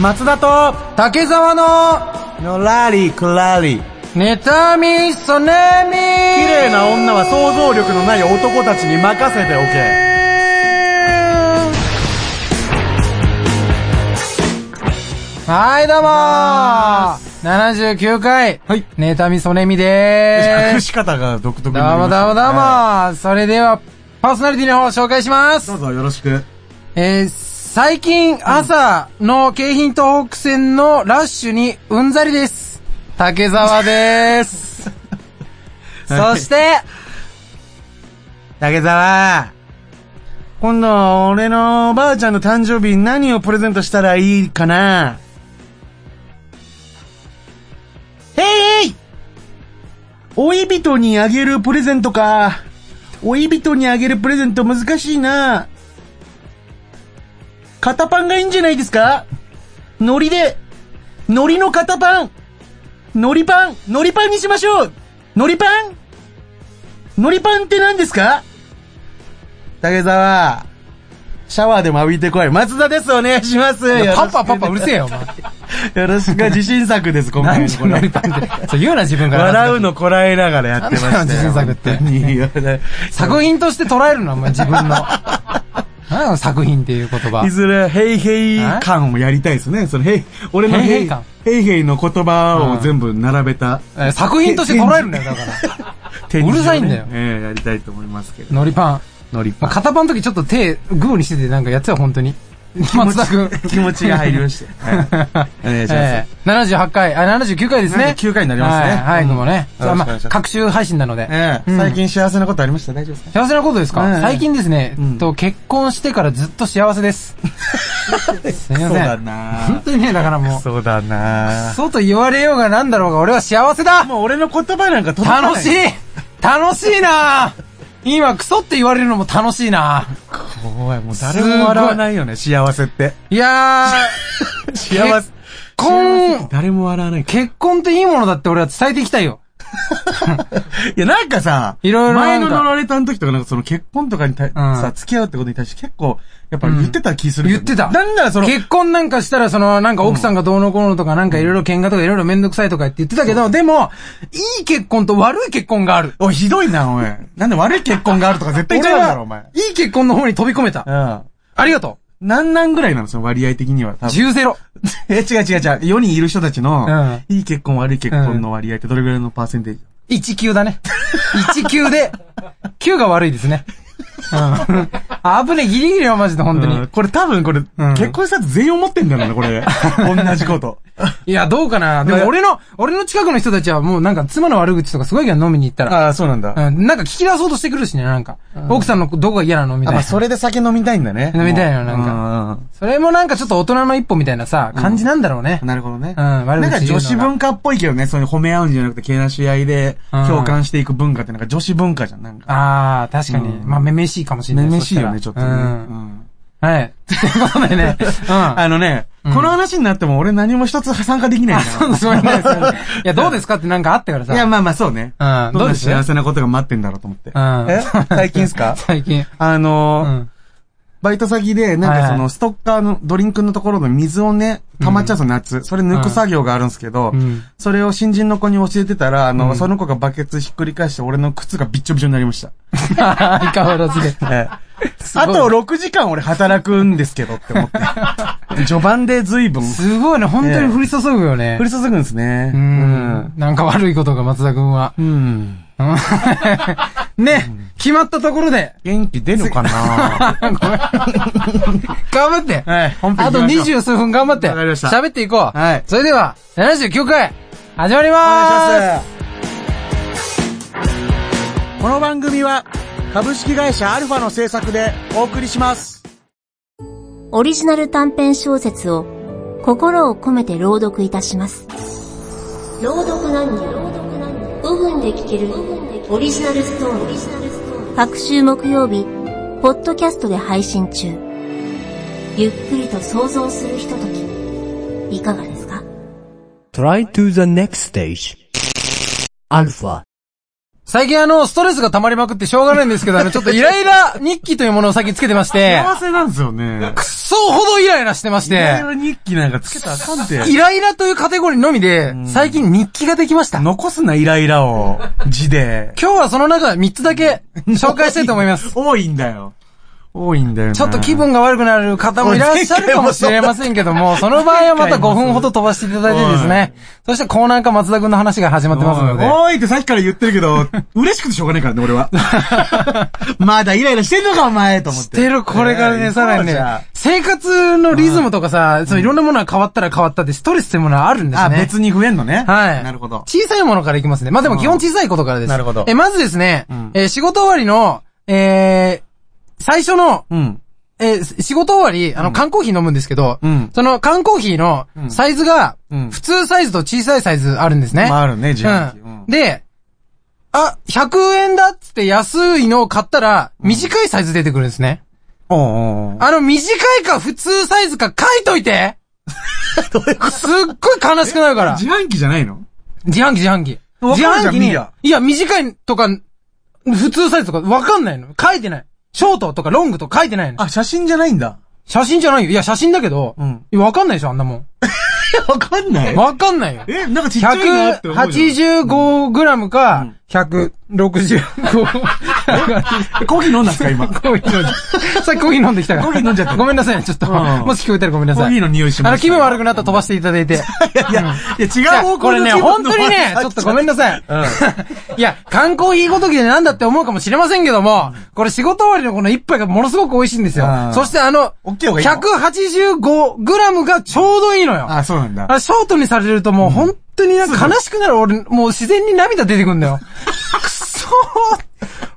松田と竹沢の、のらりくらり、妬み、そねみ、綺綺麗な女は想像力のない男たちに任せておけ。はい、どうもー !79 回、はい妬み、そねみでー隠 す。し方が独特どうもどうもどうも、それでは、パーソナリティの方を紹介しますどうぞよろしく。えー、最近朝の京浜東北線のラッシュにうんざりです。竹沢でー す。そして、竹沢、今度俺のばあちゃんの誕生日に何をプレゼントしたらいいかなへいへい追い人にあげるプレゼントか。追い人にあげるプレゼント難しいな。型パンがいいんじゃないですか海苔で、海苔の型パン海苔パン海苔パンにしましょう海苔パン海苔パンって何ですか竹沢、シャワーでも浴びてこい。松田です、お願いします。パパパパうるせええよ、お前。よろしく、自信作です、今回何の時これのりパンって。そう言うな、自分から。笑うのこらえながらやってましたよ。なんだよ自信作って本当に言わない作品として捉えるのは、お前自 分の。何の作品っていう言い葉。ずれ、ヘイヘイ感をやりたいですね。そのヘイ、俺のヘイヘヘイイ感、ヘイヘイの言葉を全部並べた。えー作品として捉えるんだよ、だから。展示をねうるさいんだよええやりたいと思いますけど。のりパン。ノリまあ、片パンの時ちょっと手、グーにしててなんかやってたよ、本当に。松田くん。気持ちが入りまして。はいお願いします え。え78回、あ、79回ですね。 79回になりますねはい、はい、うんどうもね。よろしくおま願いしあ、ます各週配信なので。ええうん最近幸せなことありました大丈夫ですか幸せなことですか、ええ最近ですね、うんえっと、結婚してからずっと幸せ です。すいません。そうだ本な当にね、だからもう、そうだなそうと言われようがなんだろうが俺は幸せだもう俺の言葉なんか届かない。楽しい楽しいな今、クソって言われるのも楽しいな怖い。もう誰も笑わないよね、幸せって。いや ー、幸せ結。婚、誰も笑わない。結婚っていいものだって俺は伝えていきたいよ。いや、なんかさ、いろいろな前んかの乗られたの時とか、なんかその結婚とかにた、さ、付き合うってことに対して結構、やっぱ言ってた気するけ言っど、てた。なんならその、結婚なんかしたら、その、なんか奥さんがどうのこうのとか、なんかいろいろ喧嘩とかいろいろめんどくさいとかって言ってたけど、でも、いい結婚と悪い結婚がある。おい、ひどいな、おい。なんで悪い結婚があるとか絶対言っちゃうんだろ、お前。いい結婚の方に飛び込めた。うん。ありがと何なんぐらいなのその割合的には。多う。分10ゼロ。え、違う違う違う。4人いる人たちの、いい結婚、悪い結婚の割合ってどれぐらいのパーセンテージ1級だね。1級で、9が悪いですね。うん。あぶね、ギリギリはマジで本当うんに。これ多分これ、結婚したやつ全員思ってんだろうな、こ れ。同じこと。いや、どうかな。でも俺の、俺の近くの人たちはもうなんか妻の悪口とかすごいけど飲みに行ったら。ああ、そうなんだ。うん、なんか聞き出そうとしてくるしね、なんか。奥さんのどこが嫌なのみたあ、いまな。あ、それで酒飲みたいんだね。飲みたいのなんかか。それもなんかちょっと大人の一歩みたいなさ、感じなんだろうね。なるほどね。うん悪口言うのがなんか女子文化っぽいけどね、そういう褒め合うんじゃなくて、けなし合いでうん共感していく文化ってなんか女子文化じゃん、なんか。ああ、確かに。うんまあ、めめしいかもしれなめい。めしいよね、ちょそっとしたね。らううん。んはい。 ということ でね。あのね、この話になっても俺何も一つ参加できないんだようん。そうなんですよねいや、どうですかってなんかあったからさ。いや、まあまあそうね。うんどどんうなです幸せなことが待ってんだろうと思って。うんえ最近っすか 最近。あうのー、ん。バイト先で、なんかそはいはの、いストッカーの、ドリンクのところの水をね、溜まっちゃうと夏。それ抜く作業があるんですけどうん、 それを新人の子に教えてたら、あの、その子がバケツひっくり返して、俺の靴がびっちょびちょになりました。相変わらずで。ええごいあと6時間俺働くんですけどって 思って。序盤で随分、降すごいね、本当に降り注ぐよね。り注ぐんですね。う。ん。なんか悪いことが松田くんは。うん。うんね、決まったところで。元気出るかなごめん頑張って。はい、本あと行きましょう20数分頑張って。わかりました喋っていこう。はいそれでは、79回、始まりまおーす願いします。この番組は株式会社アルファの制作でお送りします。オリジナル短編小説を心を込めて朗読いたします。朗読なんに5分で聞けるオリジナルストーリー。各週木曜日、ポッドキャストで配信中。ゆっくりと想像するひととき、いかがですか Try to the next stage. Alpha. 最近あの、ストレスが溜まりまくってしょうがないんですけど、あの、ちょっとイライラ日記というものを最近つけ てまして、幸せなんですよね。くそほどイライラしてましイラてイ、ラ日記なんかつけたらあかんて。イライラというカテゴリーのみで、最近日記ができました。今残すな、イライラを。字で。日はその中3つだけ紹介したいと思います。。多いんだよ。多いんだよな。ちょっと気分が悪くなる方もいらっしゃるかもしれませんけども、その場合はまた5分ほど飛ばしていただいてですね、そしてコーナーか松田くんの話が始まってますので、おいってさっきから言ってるけど、嬉しくてしょうがないからね、俺は。 まだイライラしてんのか、お前と思っ。しててる、これがね、さらそにうじゃんね、生活のリズムとかさ、そのいろんなものが変わったら変わったって、ストレスってものはあるんですね。あ、別に増えんのね。はい。なるほど。小さいものからいきますね。まあ、でも基本小さいことからです。なるほどえ、まずですね、んえー仕事終わりの、えー最初の、うん。えー仕事終わり、あの、缶コーヒー飲むんですけど、うんその缶コーヒーのサイズが、うん普通サイズと小さいサイズあるんですね。まああるね、自販機。うん。で、あ、100円だっつって安いのを買ったら、短いサイズ出てくるんですね。おうんうん。あの、短いか普通サイズか書いと いてすっごい悲しくなるから。自販機じゃないの自販機、自販機。わかる自じゃん販機に、見いりゃや、短いとか、普通サイズとかわかんないの。書いてない。ショートとかロングとか書いてないの。あ、写真じゃないんだ。写真じゃないよ。いや、写真だけど、うんいやわかんないでしょ、あんなも。わかんなんわかんないよ。え、なんかちっちゃいなって思うじゃん。 185グラムか、165。コーヒー飲んだんすか、今。ココーヒー飲んで、さっきコーヒー飲んできたから。コーヒー飲んじゃったごめんなさいね、ちょっと。んもし聞こえたらごめんなさい。ーヒーの匂いしまあす。の、気分悪くくなったら飛ばしていただいて。いや、いや、違う方向これね、の気分本の当にね、ちょっとごめんなさい。いや、缶コーヒーごときでなんだって思うかもしれませんけども、これ仕事終わりのこの一杯がものすごく美味しいんですよう。んそしてあの、大きい方がいいの185グラムがちょうどいいのよ。あ、そうなんだ。あショートにされるともう本当になんか悲しくなる俺、もう自然に涙出てくんだよ。くそー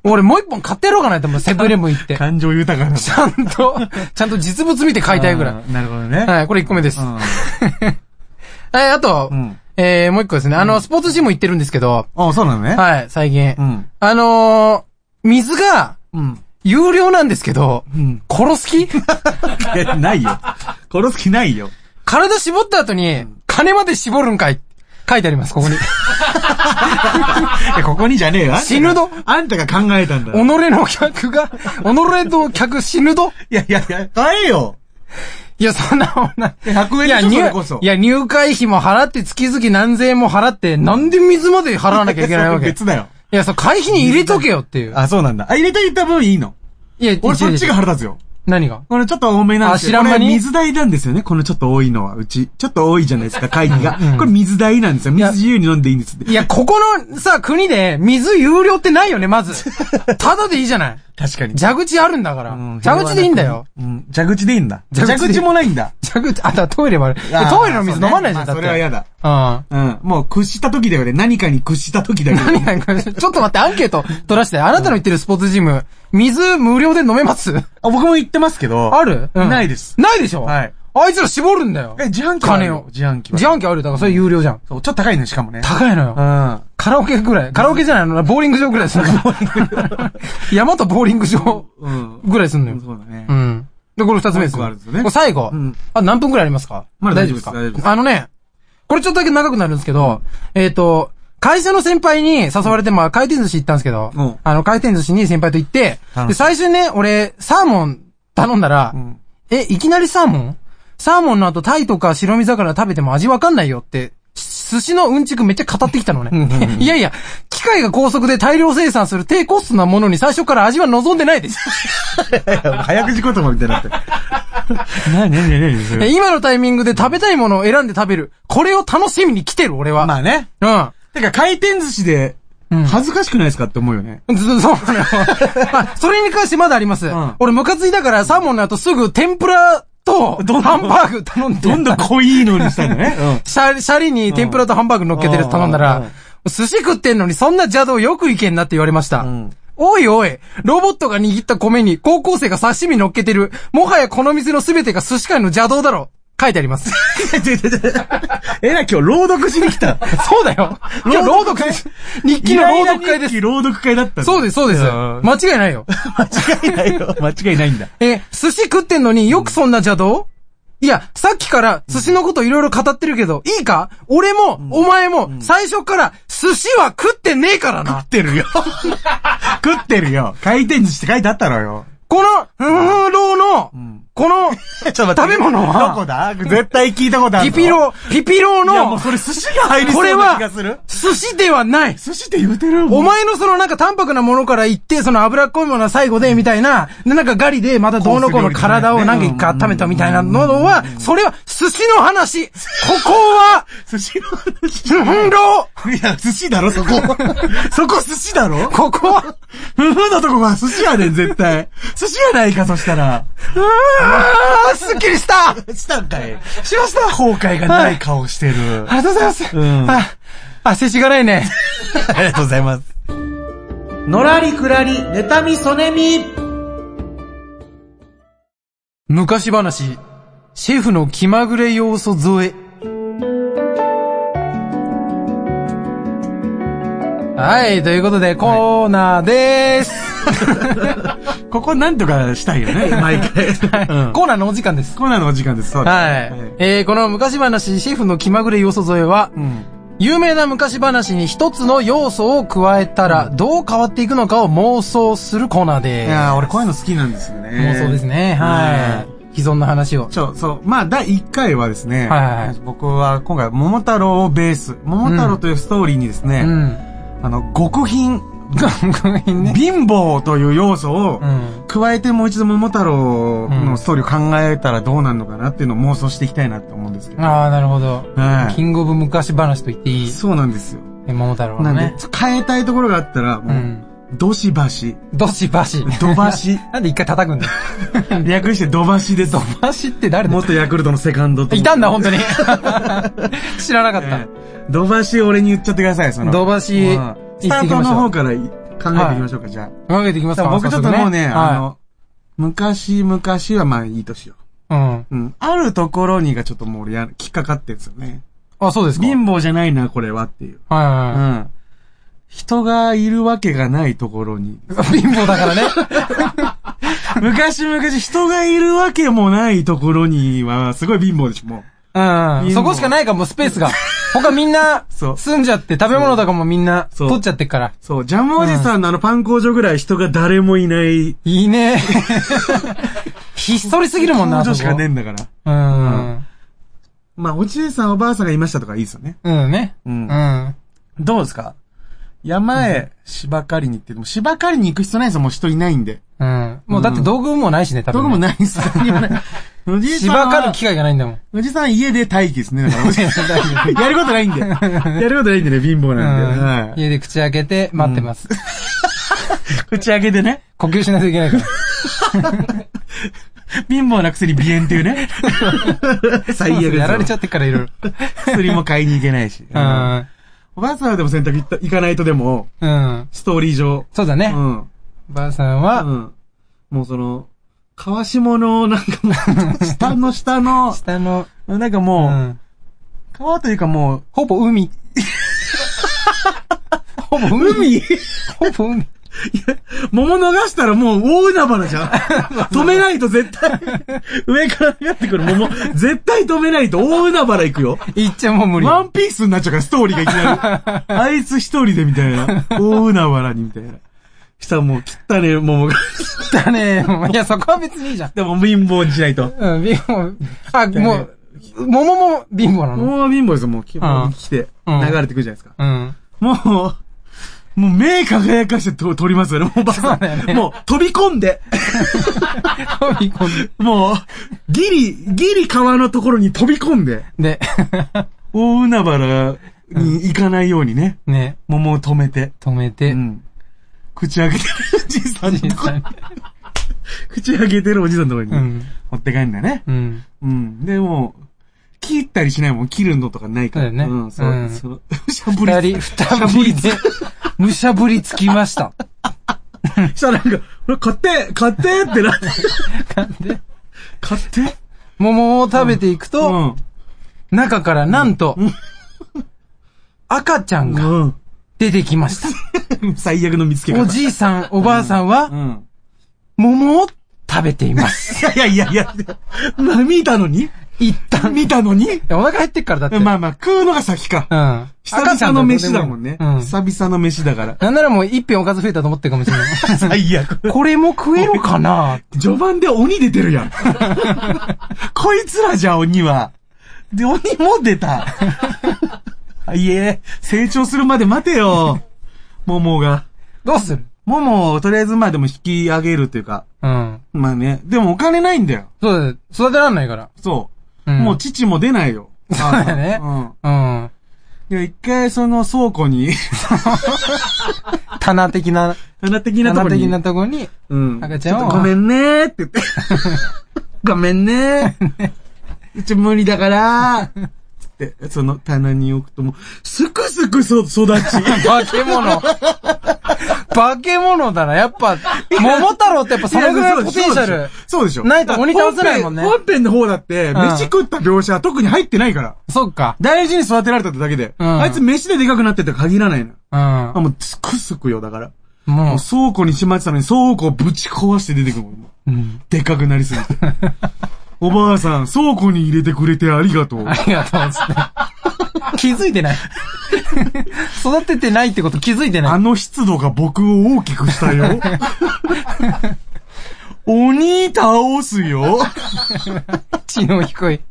俺もう一本買ってやろうかなと思う、セブンイレブン行って。感情豊かな。ちゃんと、ちゃんと実物見て買いたいぐらい。い。なるほどね。はい、これ1個目です。 うん。はい、あと、んえー、もう一個ですね。あの、スポーツジム行ってるんですけど、あ、そうなのね。はい、最近。うん。あのー、水が、うん。有料なんですけど、うん。殺す気 え、ないよ。殺す気ないよ。体絞った後に、金まで絞るんかい。書いてあります、ここに。いや、ここにじゃねえよ。あんたが死ぬぞあんたが考えたんだ。己の客が、己の客死ぬどいやいやいや、買えよいや、そんなもんな。 !100 い円でしょ、そや、入れこそ。いや、入会費も払って、月々何千円も払って、なんで水まで払わなきゃいけないわけい別だよ。や、そう、会費に入れとけよっていう。あ、そうなんだ。あ、入れていった分いいの。いや、俺そっちが違う違う腹立つよ。何がこれちょっと多めなんですよ。あ知らん間こにれ水代なんですよね。このちょっと多いのは、うち。ちょっと多いじゃないですか、会議が。これ水代なんですよ。水自由に飲んでいいんですって。いや、ここのさ、国で、水有料ってないよね、まず。ただでいいじゃない。確かに。蛇口あるんだから。うん蛇口でいいんだよ。。うん。蛇口でいいんだ。蛇口でいい蛇口もないんだ。蛇 口、あ、だトイレもある。あートイレの水飲まないじゃん、だそっうて。ねまあそれは嫌だ。ううん。ん。もう屈した時だよね。何かに屈した時だよね。 何々これちょっと待って、アンケート取らして。あなたの言ってるスポーツジム、水無料で飲めますあ、僕も言ってますけど。ある、うんないですないでしょはい。あいつら絞るんだよ。え、自販機はある金よを。自販機は。自販機あるよだからそれ有料じゃん。そう、ちょっと高いね、しかもね。高いのよ。うん。カラオケぐらい。カラオケじゃないの、ボーリング場ぐらいするの。 山とボーリング場うん。ぐらいすんのよ。そうだねう。ん。で、これ二つ目ですよ。もう一個あるんですよねこれ最後。うんあ、何分くらいありますかまだ大丈夫です大丈夫ですあのね、これちょっとだけ長くなるんですけど、えっ、と、会社の先輩に誘われて、まあ、回転寿司行ったんですけど、うんあの、回転寿司に先輩と行って、楽しいで、最初にね、俺、サーモン頼んだら、んえ、いきなりサーモンサーモンの後、タイとか白身魚食べても味わかんないよって、し寿司のうんちくめっちゃ語ってきたのね。いやいや、機械が高速で大量生産する低コストなものに最初から味は望んでないです。早口言葉みたいにな って。なになになにそえれ。今のタイミングで食べたいものを選んで食べる。これを楽しみに来てる、俺は。まあね。てか、回転寿司で、恥ずかしくないですかって思うよね。うん。ずそうなのよ。 まあ、それに関してまだあります。ん俺、ムカついたから、サーモンの後すぐ天ぷらと、どんどんハンバーグ頼んで。どんどん濃いのにしたんだ ね。シャリ、シャリに天ぷらとハンバーグ乗っけてるやつ頼んだうんら、寿司食ってんのにそんな邪道よくいけんなって言われました。んおいおい、ロボットが握った米に高校生が刺身乗っけてる。もはやこの店の全てが寿司界の邪道だろ。書いてあり ます。違う違う違う えら、今日朗読しに来た。そうだよ。 今日朗読です。日記の朗読会です。イライラ日記朗読会だったんだ そうです、そうです。うん間違いないよ。間違いないよ。間違いないんだ。え、寿司食ってんのによくそんな邪道いや、さっきから寿司のこといろいろ語ってるけど、いいか俺も、お前も、最初から寿司は食ってねえからな。食ってるよ。食ってるよ。回転寿司って書いてあったろよ。この、ふんふんろうの、この、ちょっと待って食べ物はどこだ絶対聞いたことあるピぞ。ピロー、ピピローいや、ものう、それ寿司が入りこそれうなは気がする。、寿司ではない。寿司って言うてるもんお前のそのなんか淡白なものから言って、その脂っこいものは最後で、みたいな、でなんかガリで、またどうのこうの体をなんか一回温めたみたいなのは、それは寿司の話。ここは、寿司のふんふんろう話。いや、寿司だろ、 そこ。そこ寿司だろここは、ふふのとこが寿司やねん、絶対。寿司やないか、そしたら。あーすっきりしたありしたんかい。しました。後悔がない顔してる。がとうございます。うんあ、あ、せしがないね。ありがとうございます。のらりくらり、妬みそねみ。昔話、シェフの気まぐれ要素添え。はい、ということで、コーナーでーす。ここなんとかしたいよね、 毎回。うんコーナーのお時間です。コーナーのお時間です、そうです。はい。えー、この昔話、シェフの気まぐれ要素添えは、うん。有名な昔話に一つの要素を加えたら、どう変わっていくのかを妄想するコーナーでいやー、俺こういうの好きなんですよね。妄想ですね。はい。既存の話を。ちょ、そう。まあ、第1回はですね、はいはいはい僕は今回、桃太郎をベース、桃太郎というストーリーにですうね、ん。あの、極 貧、ごめんね。貧乏という要素をうん、加えてもう一度桃太郎のストーリーを考えたらどうなるのかなっていうのを妄想していきたいなって思うんですけど。ああ、なるほど。はいキングオブ昔話と言っていい。そうなんですよ。え桃太郎なのんねで。、変えたいところがあったら、うもう、ん。どしばし、 どしばし。。どばしなんで一回叩くんだ よ。略してどばしです。ばしって誰だ元ヤクルトのセカンドと思っいてたんだ、本当 に。知らなかったえ。えドバシ俺に言っちゃってください、その。ドバシうんスタ行ってートきましょうの方からい考えていきましょうか、じゃ分けていきますあ。か僕ちょっともうね、あ、早速の、昔々はまあいいとしよはいうん。う。うん。あるところにがちょっともう俺や、引っかかってんですよね。あ、そうですか。貧乏じゃないな、これはっていう。はいはいうはい。ん。人がいるわけがないところに。貧乏だか らね。昔々人がいるわけもないところには、すごい貧乏でしょ、もう。うんうん。貧乏そこしかないから、もうスペー スが。他みんな、そう住んじゃって、食べ物とかもみんな、そう取っちゃってっから。そう、ジャムおじさんのあのパン工場ぐらい人が誰もいない。いい ね。ひっそりすぎるもんな、工場しそこかねえんだから。うん。まあ、おじいさんおばあさんがいましたとかいいですよね。うんね。うんうん。どうですか山へ芝刈りに行って、でも芝刈りに行く必要ないんですよ、もう人いないんで。うん。もうだって道具もないしね、多分。どこもないんですよ。 おじいさん芝は。刈る機会がないんだもん。おじさん家で待機ですね。だからおじいさんやることないんで。 やることないんでね、貧乏なんうん。で。はい家で口開けて待ってます。口開けてね、呼吸しないといけないから。貧乏なくせに鼻炎っていう ね。最悪ですよやられちゃってっからいろいろ。薬も買いに行けないし。ううんん。お ばあさんはでも洗濯行った行かないとでも、うん。ストーリー上。そうだうね。ん。ばあさんうは、ん。もうその、川下の、なん かもう、下の下の、下の、なんかうもう、ん。川というかもほぼ海。ほぼう、海海ほぼ海。桃逃したらもう大海原じ ゃん。止めないと絶対、 上から上がってくる桃、絶対止めないと大海原行くよ。いっちゃもう無理。ワンピースになっちゃうから、ストーリーがいきなり。 あいつ一人でみたいな。 大海原にみたいな。したらもう汚ねえ桃が。だね。 いや、そこは別にいいじゃん。でも貧乏にしないと。うん、貧乏。あ、もう、桃も貧乏なの。もう貧乏ですよ、もう。きもう来て、うん流れてくるじゃないですか。うん。 もう、もう目輝かしてと撮りますよね、もうおばあさんそうだよねもう飛び込んで、飛び込んもう、ギリ、ギリ川のところに飛び込んで、で。で、 大海原に行かないようにね、ね、桃を止めて、止めてう、ん。口開けてるおじいさんのじいとこさん。口開けてるおじいさんのとこうろにん。持って帰んだよね。うん。うん。で、もう、切ったりしないもん、切るのとかないから。そうだよねうん、そうう、んそう。 しゃぶ二り人、二人で、むしゃぶりつきました。したらなんか、俺買って、買ってってなって、で、買って桃を食べていくと、うん。中からなんと、赤ちゃんがう出てきました。ん。最悪の見つけ方。おじいさん、おばあさんうは、ん。桃を食べています。いやいやいやいや、波いたのに一旦。見たのに お腹減ってっからだって。まあまあ、食うのが先か。うん。久々の飯だもんね。うん。久々の飯だから。なんならもう一品おかず増えたと思ってるかもしれ ない。最悪。これも食えるかな序盤で鬼出てるや ん。こいつらじゃん、鬼は。で、鬼も出た。 あいえ、成長するまで待てよ。モモが。 どうするモモをとりあえずまあでも引き上げるっていうか。うん。まあね。でもお金ないんだよ。そうだよ、育てらんないから。そう。うんもう父も出ないよ。そうだねうん。うん。いや、一回その倉庫 に、棚的な、花的なと棚ころに。的なとこに、うん。赤ちゃんをょっとごめんねーって 言って。ごめんねー。うち無理だからー。つって、その棚に置くともう、すくすくそ育ち。化け 物。化け物だな。やっぱ、桃太郎ってやっぱ そのぐらいのポテンシャル。そうでしょ。ないと鬼倒せないもんね本編本編の方だって、ん飯食った描写は特に入ってないから。そっか。大事に育てられたってだけで。うんあいつ飯ででかくなってって限らないの。うんあ、。もう、すくすくよ、だから。ももう倉庫にしまってたのに倉庫をぶち壊して出てくるもん。う、うん。でかくなり すぎて。おばあさん、倉庫に入れてくれてありがとうあ。りがとう、つって。気づいてない。育ててないってこと気づいてなあい。の湿度が僕を大きくした よ。鬼倒すよ。知能低い。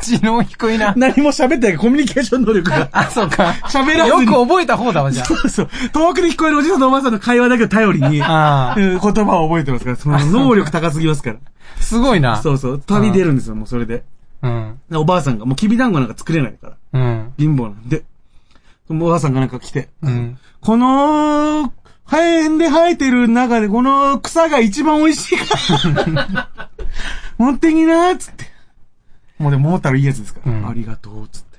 知能低いな。 何も喋ってないコミュニケーション能力が。あ、そうか。喋らずよにく覚えた方だわ、じゃ そうそう。遠くで聞こえるおじさんとおばあさんの会話だけを頼りに、うんあ。ああ。言葉を覚えてますから、その能力高すぎますから。すごいな。そうそう。旅出るんですよ、もうそれで。うん。でおばあさんが、もうきび団子なんか作れないから。うん。貧乏なんで。おばあさんがなんか来て、うん。この、肺炎で生えてる中で、この草が一番美味しいから。 持ってきなーっつって。もうでも、桃太郎いいやつですから。うんありがとう、つって。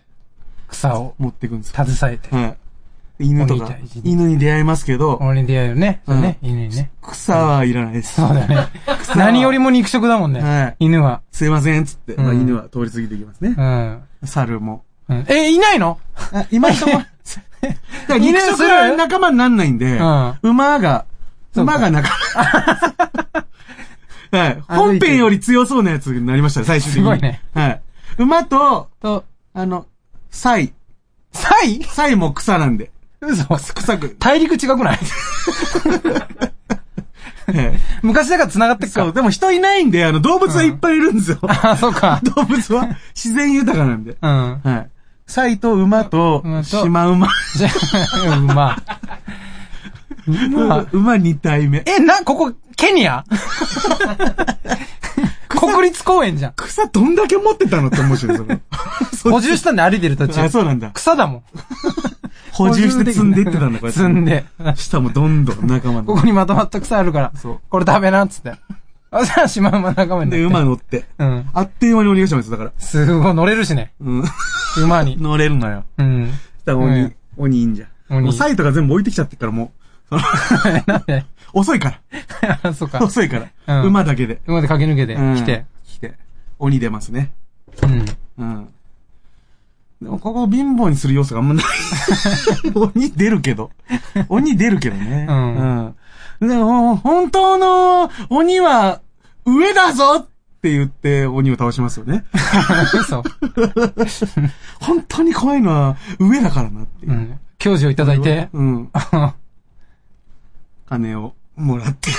草を持ってくんですよ。携えて。はい。犬と鬼か退治、犬に出会いますけど、俺に出会えるね。そうね。うん犬にね。草はいらないです。そうだね。何よりも肉食だもんね。はい犬は。すいません、つって。まあうん犬は通り過ぎていきますねう。ん。猿も。うんえ、いないのあ、今人 も。だから肉食は仲間になんないんで、ん馬が、そうか馬が仲 間。はい。本編より強そうなやつになりましたね、最終的に。すごいね。はい。馬と、と、あの、サイ。サイサイも草なんで。嘘。草く。大陸違くない はい昔だから繋がってっそう、か。でも人いないんで、あの、動物はいっぱいいるんですよ。あ、そうか。 動物は自然豊かなんで。うん。はい。サイと馬と馬、とシマウマ。じゃあ、うん まあ。まあ。馬2体目。え、な、ここ、ケニア 国立公園じゃん。草どんだけ持ってたのって思うしね、それ補充したんで歩いてる途あ、中。そうなんだ。草だもん。補充して積んでいってたんだ、これ。積んで。下もどんどん仲間ここに。にまとまった草あるから。そうこれ食べな、っつって。あ、じゃあ、シマウマ仲間になって。で、馬乗って。うん。あっという間に鬼ヶ島です、だから。すごい、乗れるしね。うん。馬に。乗れるのよ。うん。だからう鬼ん、鬼いいんじゃん。鬼もうサイとか全部置いてきちゃってっから、も う。なんで 遅いか。。そうから遅いから。うん馬だけで。馬で駆け抜けてうん来て。。来て。鬼出ますね。うん。 うん。でも、ここ貧乏にする要素があんまない。 鬼出るけど。鬼出るけどね。うんうん。でも、本当の鬼は上だぞって言って鬼を倒しますよね。嘘。本当に怖いのは上だからなっていうう。ん。教授をいただいて。うん。うん金をもらって、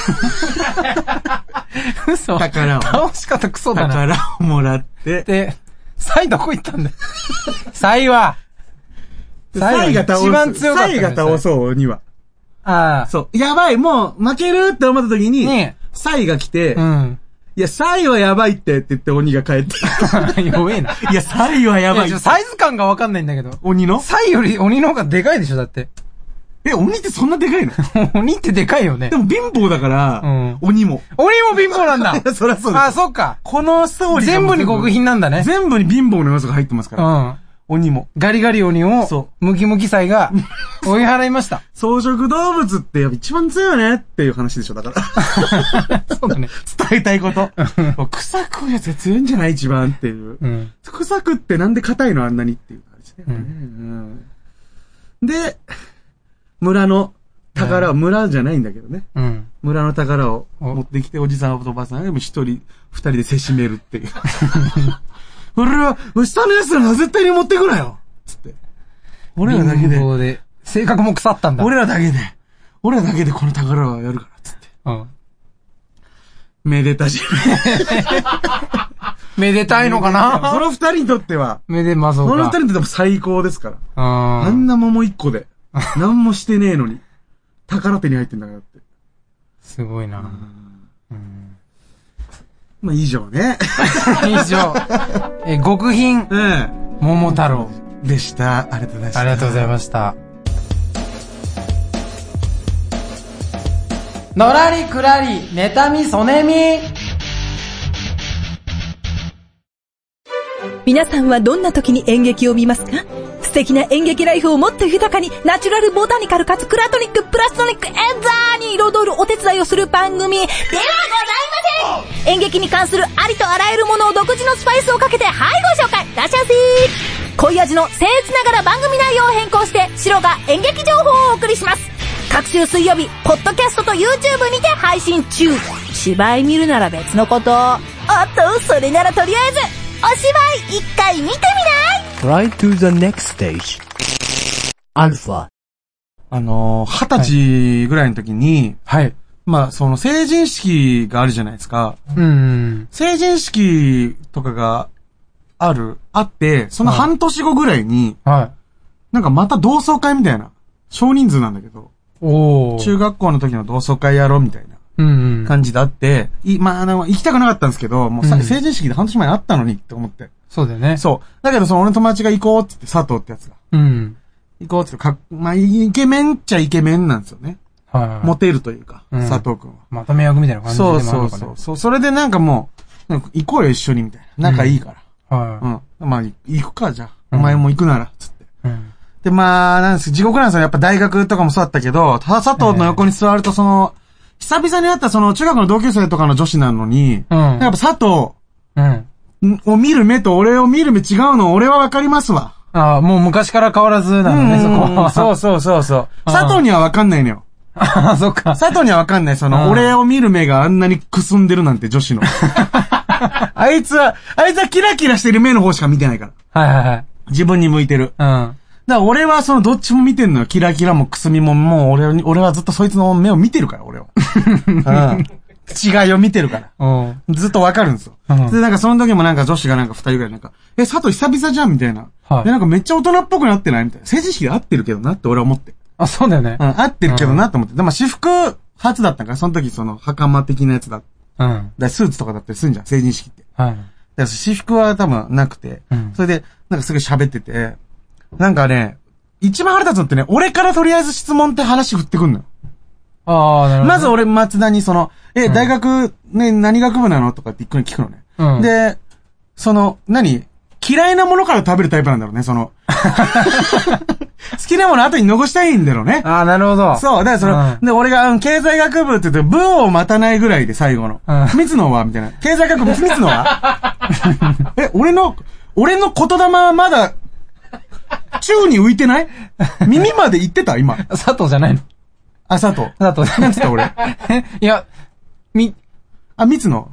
嘘。宝を、倒し方クソだな。宝をもらって、で、サイどこ行ったんだよ。サイは、サイが倒す。一番強かったのサイよが倒そう、鬼は。ああ。そう。やばい、もう負けるって思った時に、ねサイが来て、うん。いや、サイはやばいってって言って鬼が帰って。弱えな。 いいや、サイはやばやいちょ。サイズ感がわかんないんだけど。鬼のサイより鬼の方がでかいでしょ、だって。え、鬼ってそんなでか いの鬼ってでかいよねで。も貧乏だから、うん鬼も。。鬼も貧乏なん だそりゃそうですあ、そっか。このストーリーが全もう部に極貧なんだね。全部に貧乏の要素が入ってますかうら。ん。鬼も。ガリガリ鬼そを、ムキムキ 祭が、追い払いました。草食動物ってやっぱ一番強いよねっていう話でしょ、だから。そうだね。伝えたいこと。 草食うやつが強いんじゃない一番っていう。うん。草食ってなんで硬いのあんなにっていう感じね。うんで、村の宝を、村じゃないんだけどね。うん。村の宝を お持ってきて、おじさんおばさんが一人、二人でせしめるっていう。俺は、下の奴らが絶対に持ってくなよつって。俺らだけで貧、乏で。性格も腐ったんだ。俺らだけで、俺らだけでこの宝はやるから、つって。うん。めでたし。めでたいのか そなの二人にとっては、めでまぞその二人。かにとっても最高ですから。ああんんな桃一個で、何もしてねえのに、宝手に入ってんだからって。すごいな。まあ、以上ね。以上。え、極貧、 え桃太郎。え。でした。ありがとうございました。ありがとうございました。のらりくらり、妬み、そねみ。皆さんはどんな時に演劇を見ますか素敵な演劇ライフをもっと豊かに、ナチュラルボタニカルかつクラトニック、プラストニック、エンザーに彩るお手伝いをする番組ではございません演劇に関するありとあらゆるものを独自のスパイスをかけて、はいご紹介ラシャンシー濃い味の僭越ながら番組内容を変更して、白が演劇情報をお送りします各週水曜日、ポッドキャストと YouTube にて配信中芝居見るなら別のこと。おっと、それならとりあえず、お芝居一回見てみない Try to the next stage. Alpha. あのー、二十歳ぐらいの時に、はい。まあ、その成人式があるじゃないですか。うん。成人式とかがある、あって、その半年後ぐらいに、はい。なんかまた同窓会みたいな、少人数なんだけど、おー。中学校の時の同窓会やろうみたいなうんうん。感じであって、い、まあ、あの、行きたくなかったんですけど、もうさ、うん成人式で半年前にあったのにって思って。そうだよね。そう。だけど、その俺の友達が行こうって言って、佐藤ってやつが。うん。行こうって言ってかっ、まあ、イケメンっちゃイケメンなんですよね。はい。モテるというか、うん佐藤くんは。まとめ役みたいな感じでもそあうるのかそねうそう。そう、それでなんかもう、なんか行こうよ一緒にみたいな。仲いいから。うはん。まあ、い行くか、じゃあ。うおん前も行くなら、つって。い。うん。で、まあ、なんです地獄なんですよ。やっぱ大学とかもそうだったけど、ただ佐藤の横に座ると、その、久々に会ったその中学の同級生とかの女子なのに、うんやっぱ佐藤うん。を見る目と俺を見る目違うの俺はわかりますわ。ああ、もう昔から変わらずなのね、そこは。そうそうそう そう。うん佐藤にはわかんないのよ。ああ、そっか。佐藤にはわかんない。その、うん俺を見る目があんなにくすんでるなんて女子の。 あいつは、あいつはキラキラしてる目の方しか見てないから。はいはいはい。自分に向いてる。うん。だから俺はそのどっちも見てんのよ。キラキラもくすみももう俺に、俺はずっとそいつの目を見てるから、 俺は。うん。違いを見てるから。おうずっとわかるんですよ。うんで、なんかその時もなんか女子がなんか二人ぐらいなんか、え、佐藤久々じゃんみたいな。はいで、なんかめっちゃ大人っぽくなってないみたいな。成人式で合ってるけどなって俺は思って。あ、そうだよねう。ん、合ってるけどなって思って。でも私服初だったから、その時その袴的なやつだ。だかうん。らスーツとかだったりするんじゃん、成人式って。はい。だから私服は多分なくて、うんそれで、なんかすぐ喋ってて、なんかね、一番腹立つのってね、俺からとりあえず質問って話振ってくんのよ。ああ、なるほど。まず、俺、松田にその、え、大学、ね、何学部なのとかって一個に聞くのね。うんで、その、何嫌いなものから食べるタイプなんだろうね、 その。好きなもの後に残したいんだろうね。ああ、なるほど。そう、だからその、うんで、俺が、うん、経済学部って言って、部を待たないぐらいで最後の。うん秘密のはみたいな。経済学部秘密のは え、俺の、俺の言霊はまだ、宙に浮いてない耳まで言ってた今。佐藤じゃないのあ、佐藤。佐藤じゃななんいつった俺。いや、み、あ、三つの。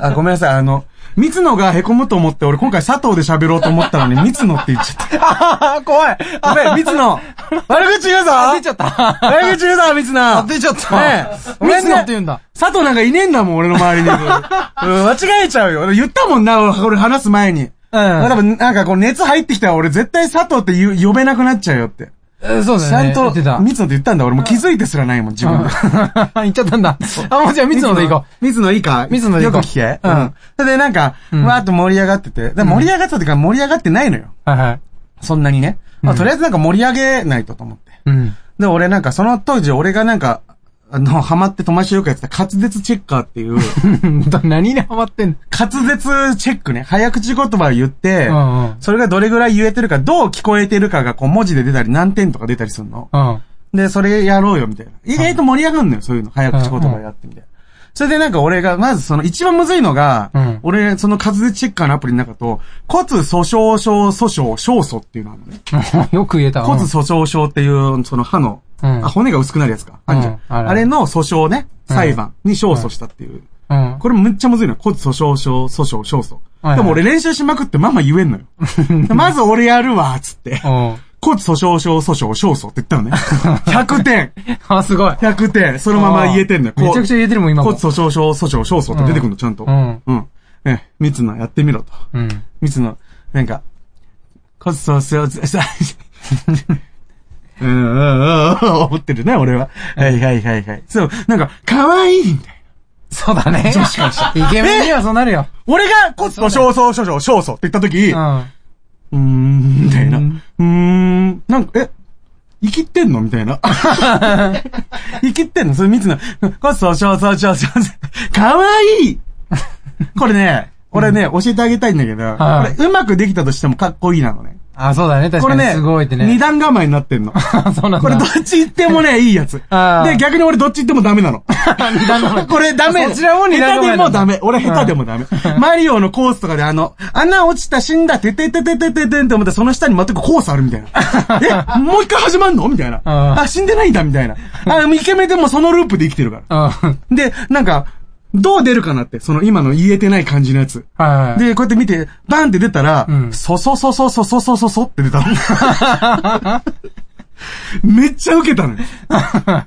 あ、ごめんなさい、あの、三つのが凹むと思って、俺今回佐藤で喋ろうと思ったのに、三つのって言っちゃった。ああ、怖い。ごめん、三つの。悪口言うぞ出ちゃった。悪口言うぞ、三つの。出ちゃっねた。え三つのって言うんだ。佐藤なんかいねえんだもん、俺の 周りに。うん間違えちゃうよ。俺言ったもんな、俺俺話す前に。うん。多分、なんかこう熱入ってきたら俺絶対佐藤って言う呼べなくなっちゃうよって。えそうだちよゃんね。と、言ってた。三つのって言ったんだ。俺もう気づいてすらないもん、自分で。 言っちゃったんだ。あ、もうじゃあ三つので行こう。水野いいか水野でいよくこう聞け。うんうん。それでなんか、わーっと盛り上がってて。で盛り上がったっていうか盛り上がってないのよ。う。はいはい。そんなにね。まあとりあえずなんか盛り上げないとと思って。うん。 で、俺なんか、その当時、俺がなんか、あの、ハマって友達とよくやってた滑舌チェッカーっていう、何にハマってんの滑舌チェックね、早口言葉を言って、うんうんそれがどれぐらい言えてるか、どう聞こえてるかが、こう文字で出たり、何点とか出たりするの。うん。で、それやろうよ、みたいな。意外と盛り上がるのよ、そういうの。早口言葉やってみたいな。それでなんか俺が、まずその一番むずいのが、うん俺、その滑舌チェッカーのアプリの中と、骨粗鬆症訴訟、小訴っていうのあるのね。よく言えた。骨粗鬆症っていう、その歯の、うんあ、骨が薄くなるやつか。あんじゃんうんあるあるあれの訴訟ね、裁判に勝訴したっていう。うん。これむっちゃむずいのよ。骨粗鬆症訴訟、勝訴。はいでも俺練習しまくってまんま言えんの よ。まず俺やるわ、つって。うん。骨粗鬆症訴訟勝訴って言った のね。100点あ、すごい。 !100 点そのまま言えてんのよ。めちゃくちゃ言えてるもん、今も。骨粗鬆症訴訟勝訴って出てくるの、ちゃんと。うん。うん。ええ、三つのやってみろと。うん。三つの、なんか、骨粗 鬆症、さ、うん、うん、うん、思ってるね、俺は。はいはいはいはい。そう、なんか、可愛いみたいそうだね。女子から したイケメンにはそうなるよ。な。俺が骨粗鬆症症状、症訴って言った時、う。うん ーん、みたいな。ううんーん、なんか、え、生きってんのみたいな。 生きってんのそれ三つの、骨粗鬆症症症、可愛いこれね、俺ね、教えてあげたいんだけど、はいこれうまくできたとしてもかっこいいなのね。あ、そうだね。確こかれにね、 すごいってね。二段構えになってんの。あ そうなんだ。これどっち行ってもね、いいやつ。であー、逆に俺どっち行ってもダメなの。二段構えこれダメ。そちらも二段下手構でえなんだもダメ。俺下手でもダメ。マリオのコースとかであの、穴落ちた死んだ、てててててててんって思って、その下に全くコースあるみたい な。え、もう一回始まんのみたいな。あーあ、死んでないんだ、みたいな。あ、イケメンでもそのループで生きてるから。うん。はいで、なんか、どう出るかなって、その今の言えてない感じのやつ。はいはい。で、こうやって見て、バンって出たらうん、そそそそそそそそそって出た の。めっちゃ受けたのよ。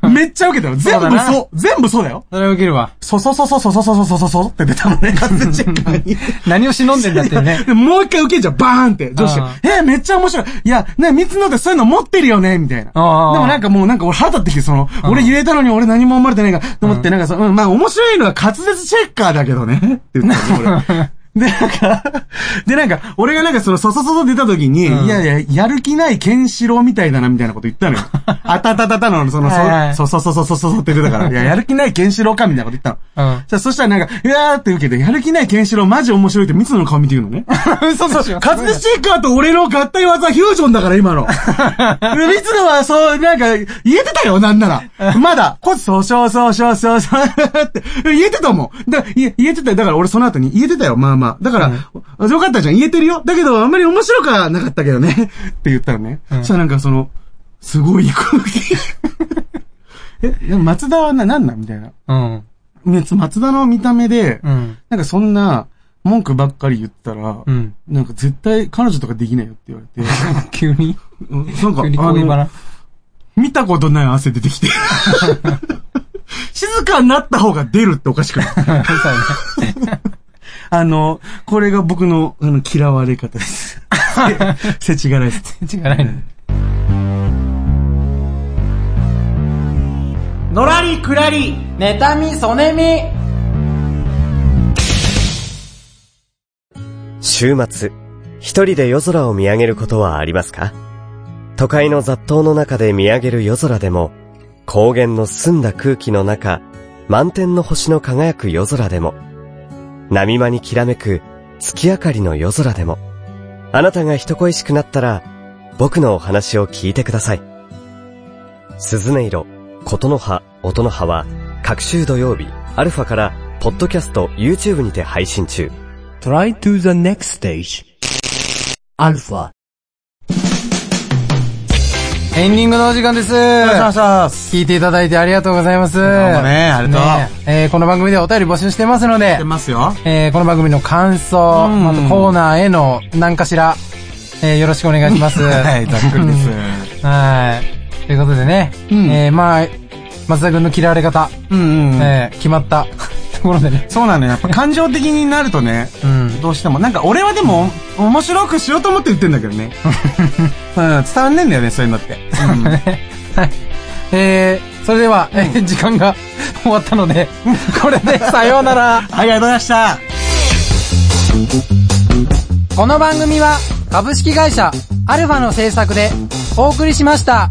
めっちゃ受けたの。全そうだ部なそう。全部そうだよ。 それを受けるわ。そそそそそそそそそそって出たのね、完全チェッカーに。何を忍んでんだってね。 でもう一回受けちゃう、バーンって、女子あが。えー、めっちゃ面白い。いや、ね、三つのってそういうの持ってるよね、みたいな。であーもなんかもうなんか俺腹立ってきて、その、俺言えたのに俺何も思われてないから、と思って、なんかその、うん、まあ面白いのは滑舌チェッカーだけどね、って言ったの、俺。で、なんか、で、なんか、俺がなんかその、そそそそ出た時に、うんいやいや、やる気ないケンシロウみたいだな、みたいなこと言ったのよ。あたたたたの、その、はいはいそ、そそそそそそって出たから、いや、やる気ないケンシロウか、みたいなこと言ったの。うん。じゃあそしたらなんか、いやーって受けて、やる気ないケンシロウマジ面白いって三つの顔見て言うのね。嘘でしょ。滑舌チェッカーと俺の合体技はフュージョンだから今の。で三つのはそう、なんか、言えてたよ、なんなら。まだ、こそうそうそうそうそうそうって、言えてたもん。だ言え言えてたよ。だから俺その後に言えてたよ、まあまあ。だから、よかったじゃん、言えてるよ。だけど、あんまり面白くはなかったけどね。 って言ったのね。そしたらなんかその、すごい空気。 え、でも松田はな、なんなんみたいな。うん。ね、つ松田の見た目で、うん。なんかそんな、文句ばっかり言ったら、うん。なんか絶対彼女とかできないよって言われて、急にうん なんか、急にあ恋のバナ、。見たことない汗出てきて、 静かになった方が出るっておかしくないそうね。 あの、これが僕の、あの、嫌われ方 です。せちがらいです。違うないね。のらりくらり。妬み、そねみ。週末、一人で夜空を見上げることはありますか都会の雑踏の中で見上げる夜空でも、高原の澄んだ空気の中、満天の星の輝く夜空でも、波間にきらめく月明かりの夜空でも、あなたが人恋しくなったら、僕のお話を聞いてください。鈴音色、琴の葉、音の葉は、各週土曜日、アルファから、ポッドキャスト、YouTube にて配信中。 Try to the next stage. Alpha. エンディングのお時間です。ます。聞いていただいてありがとうございます。どうもねありがとうえーこの番組ではお便り募集してますので出、ますよ。えーこの番組の感想、うんまたコーナーへの何かしら、えーよろしくお願いしま す。はい、ざっくりです。はい。ということでね、うんえーまあ、松田君の嫌われ方、うんうんうん。えー決まった ところでね。そうなのよ。やっぱ感情的になるとね、うん。どうしても。なんか俺はでも、面白くしようと思って言ってんだけどね。うん、伝わんねえんだよね、そういうのって。 はい。えー、それでは、えー時間が 終わったので、これ でさようなら。ありがとうございました。この番組は、株式会社、アルファの制作でお送りしました。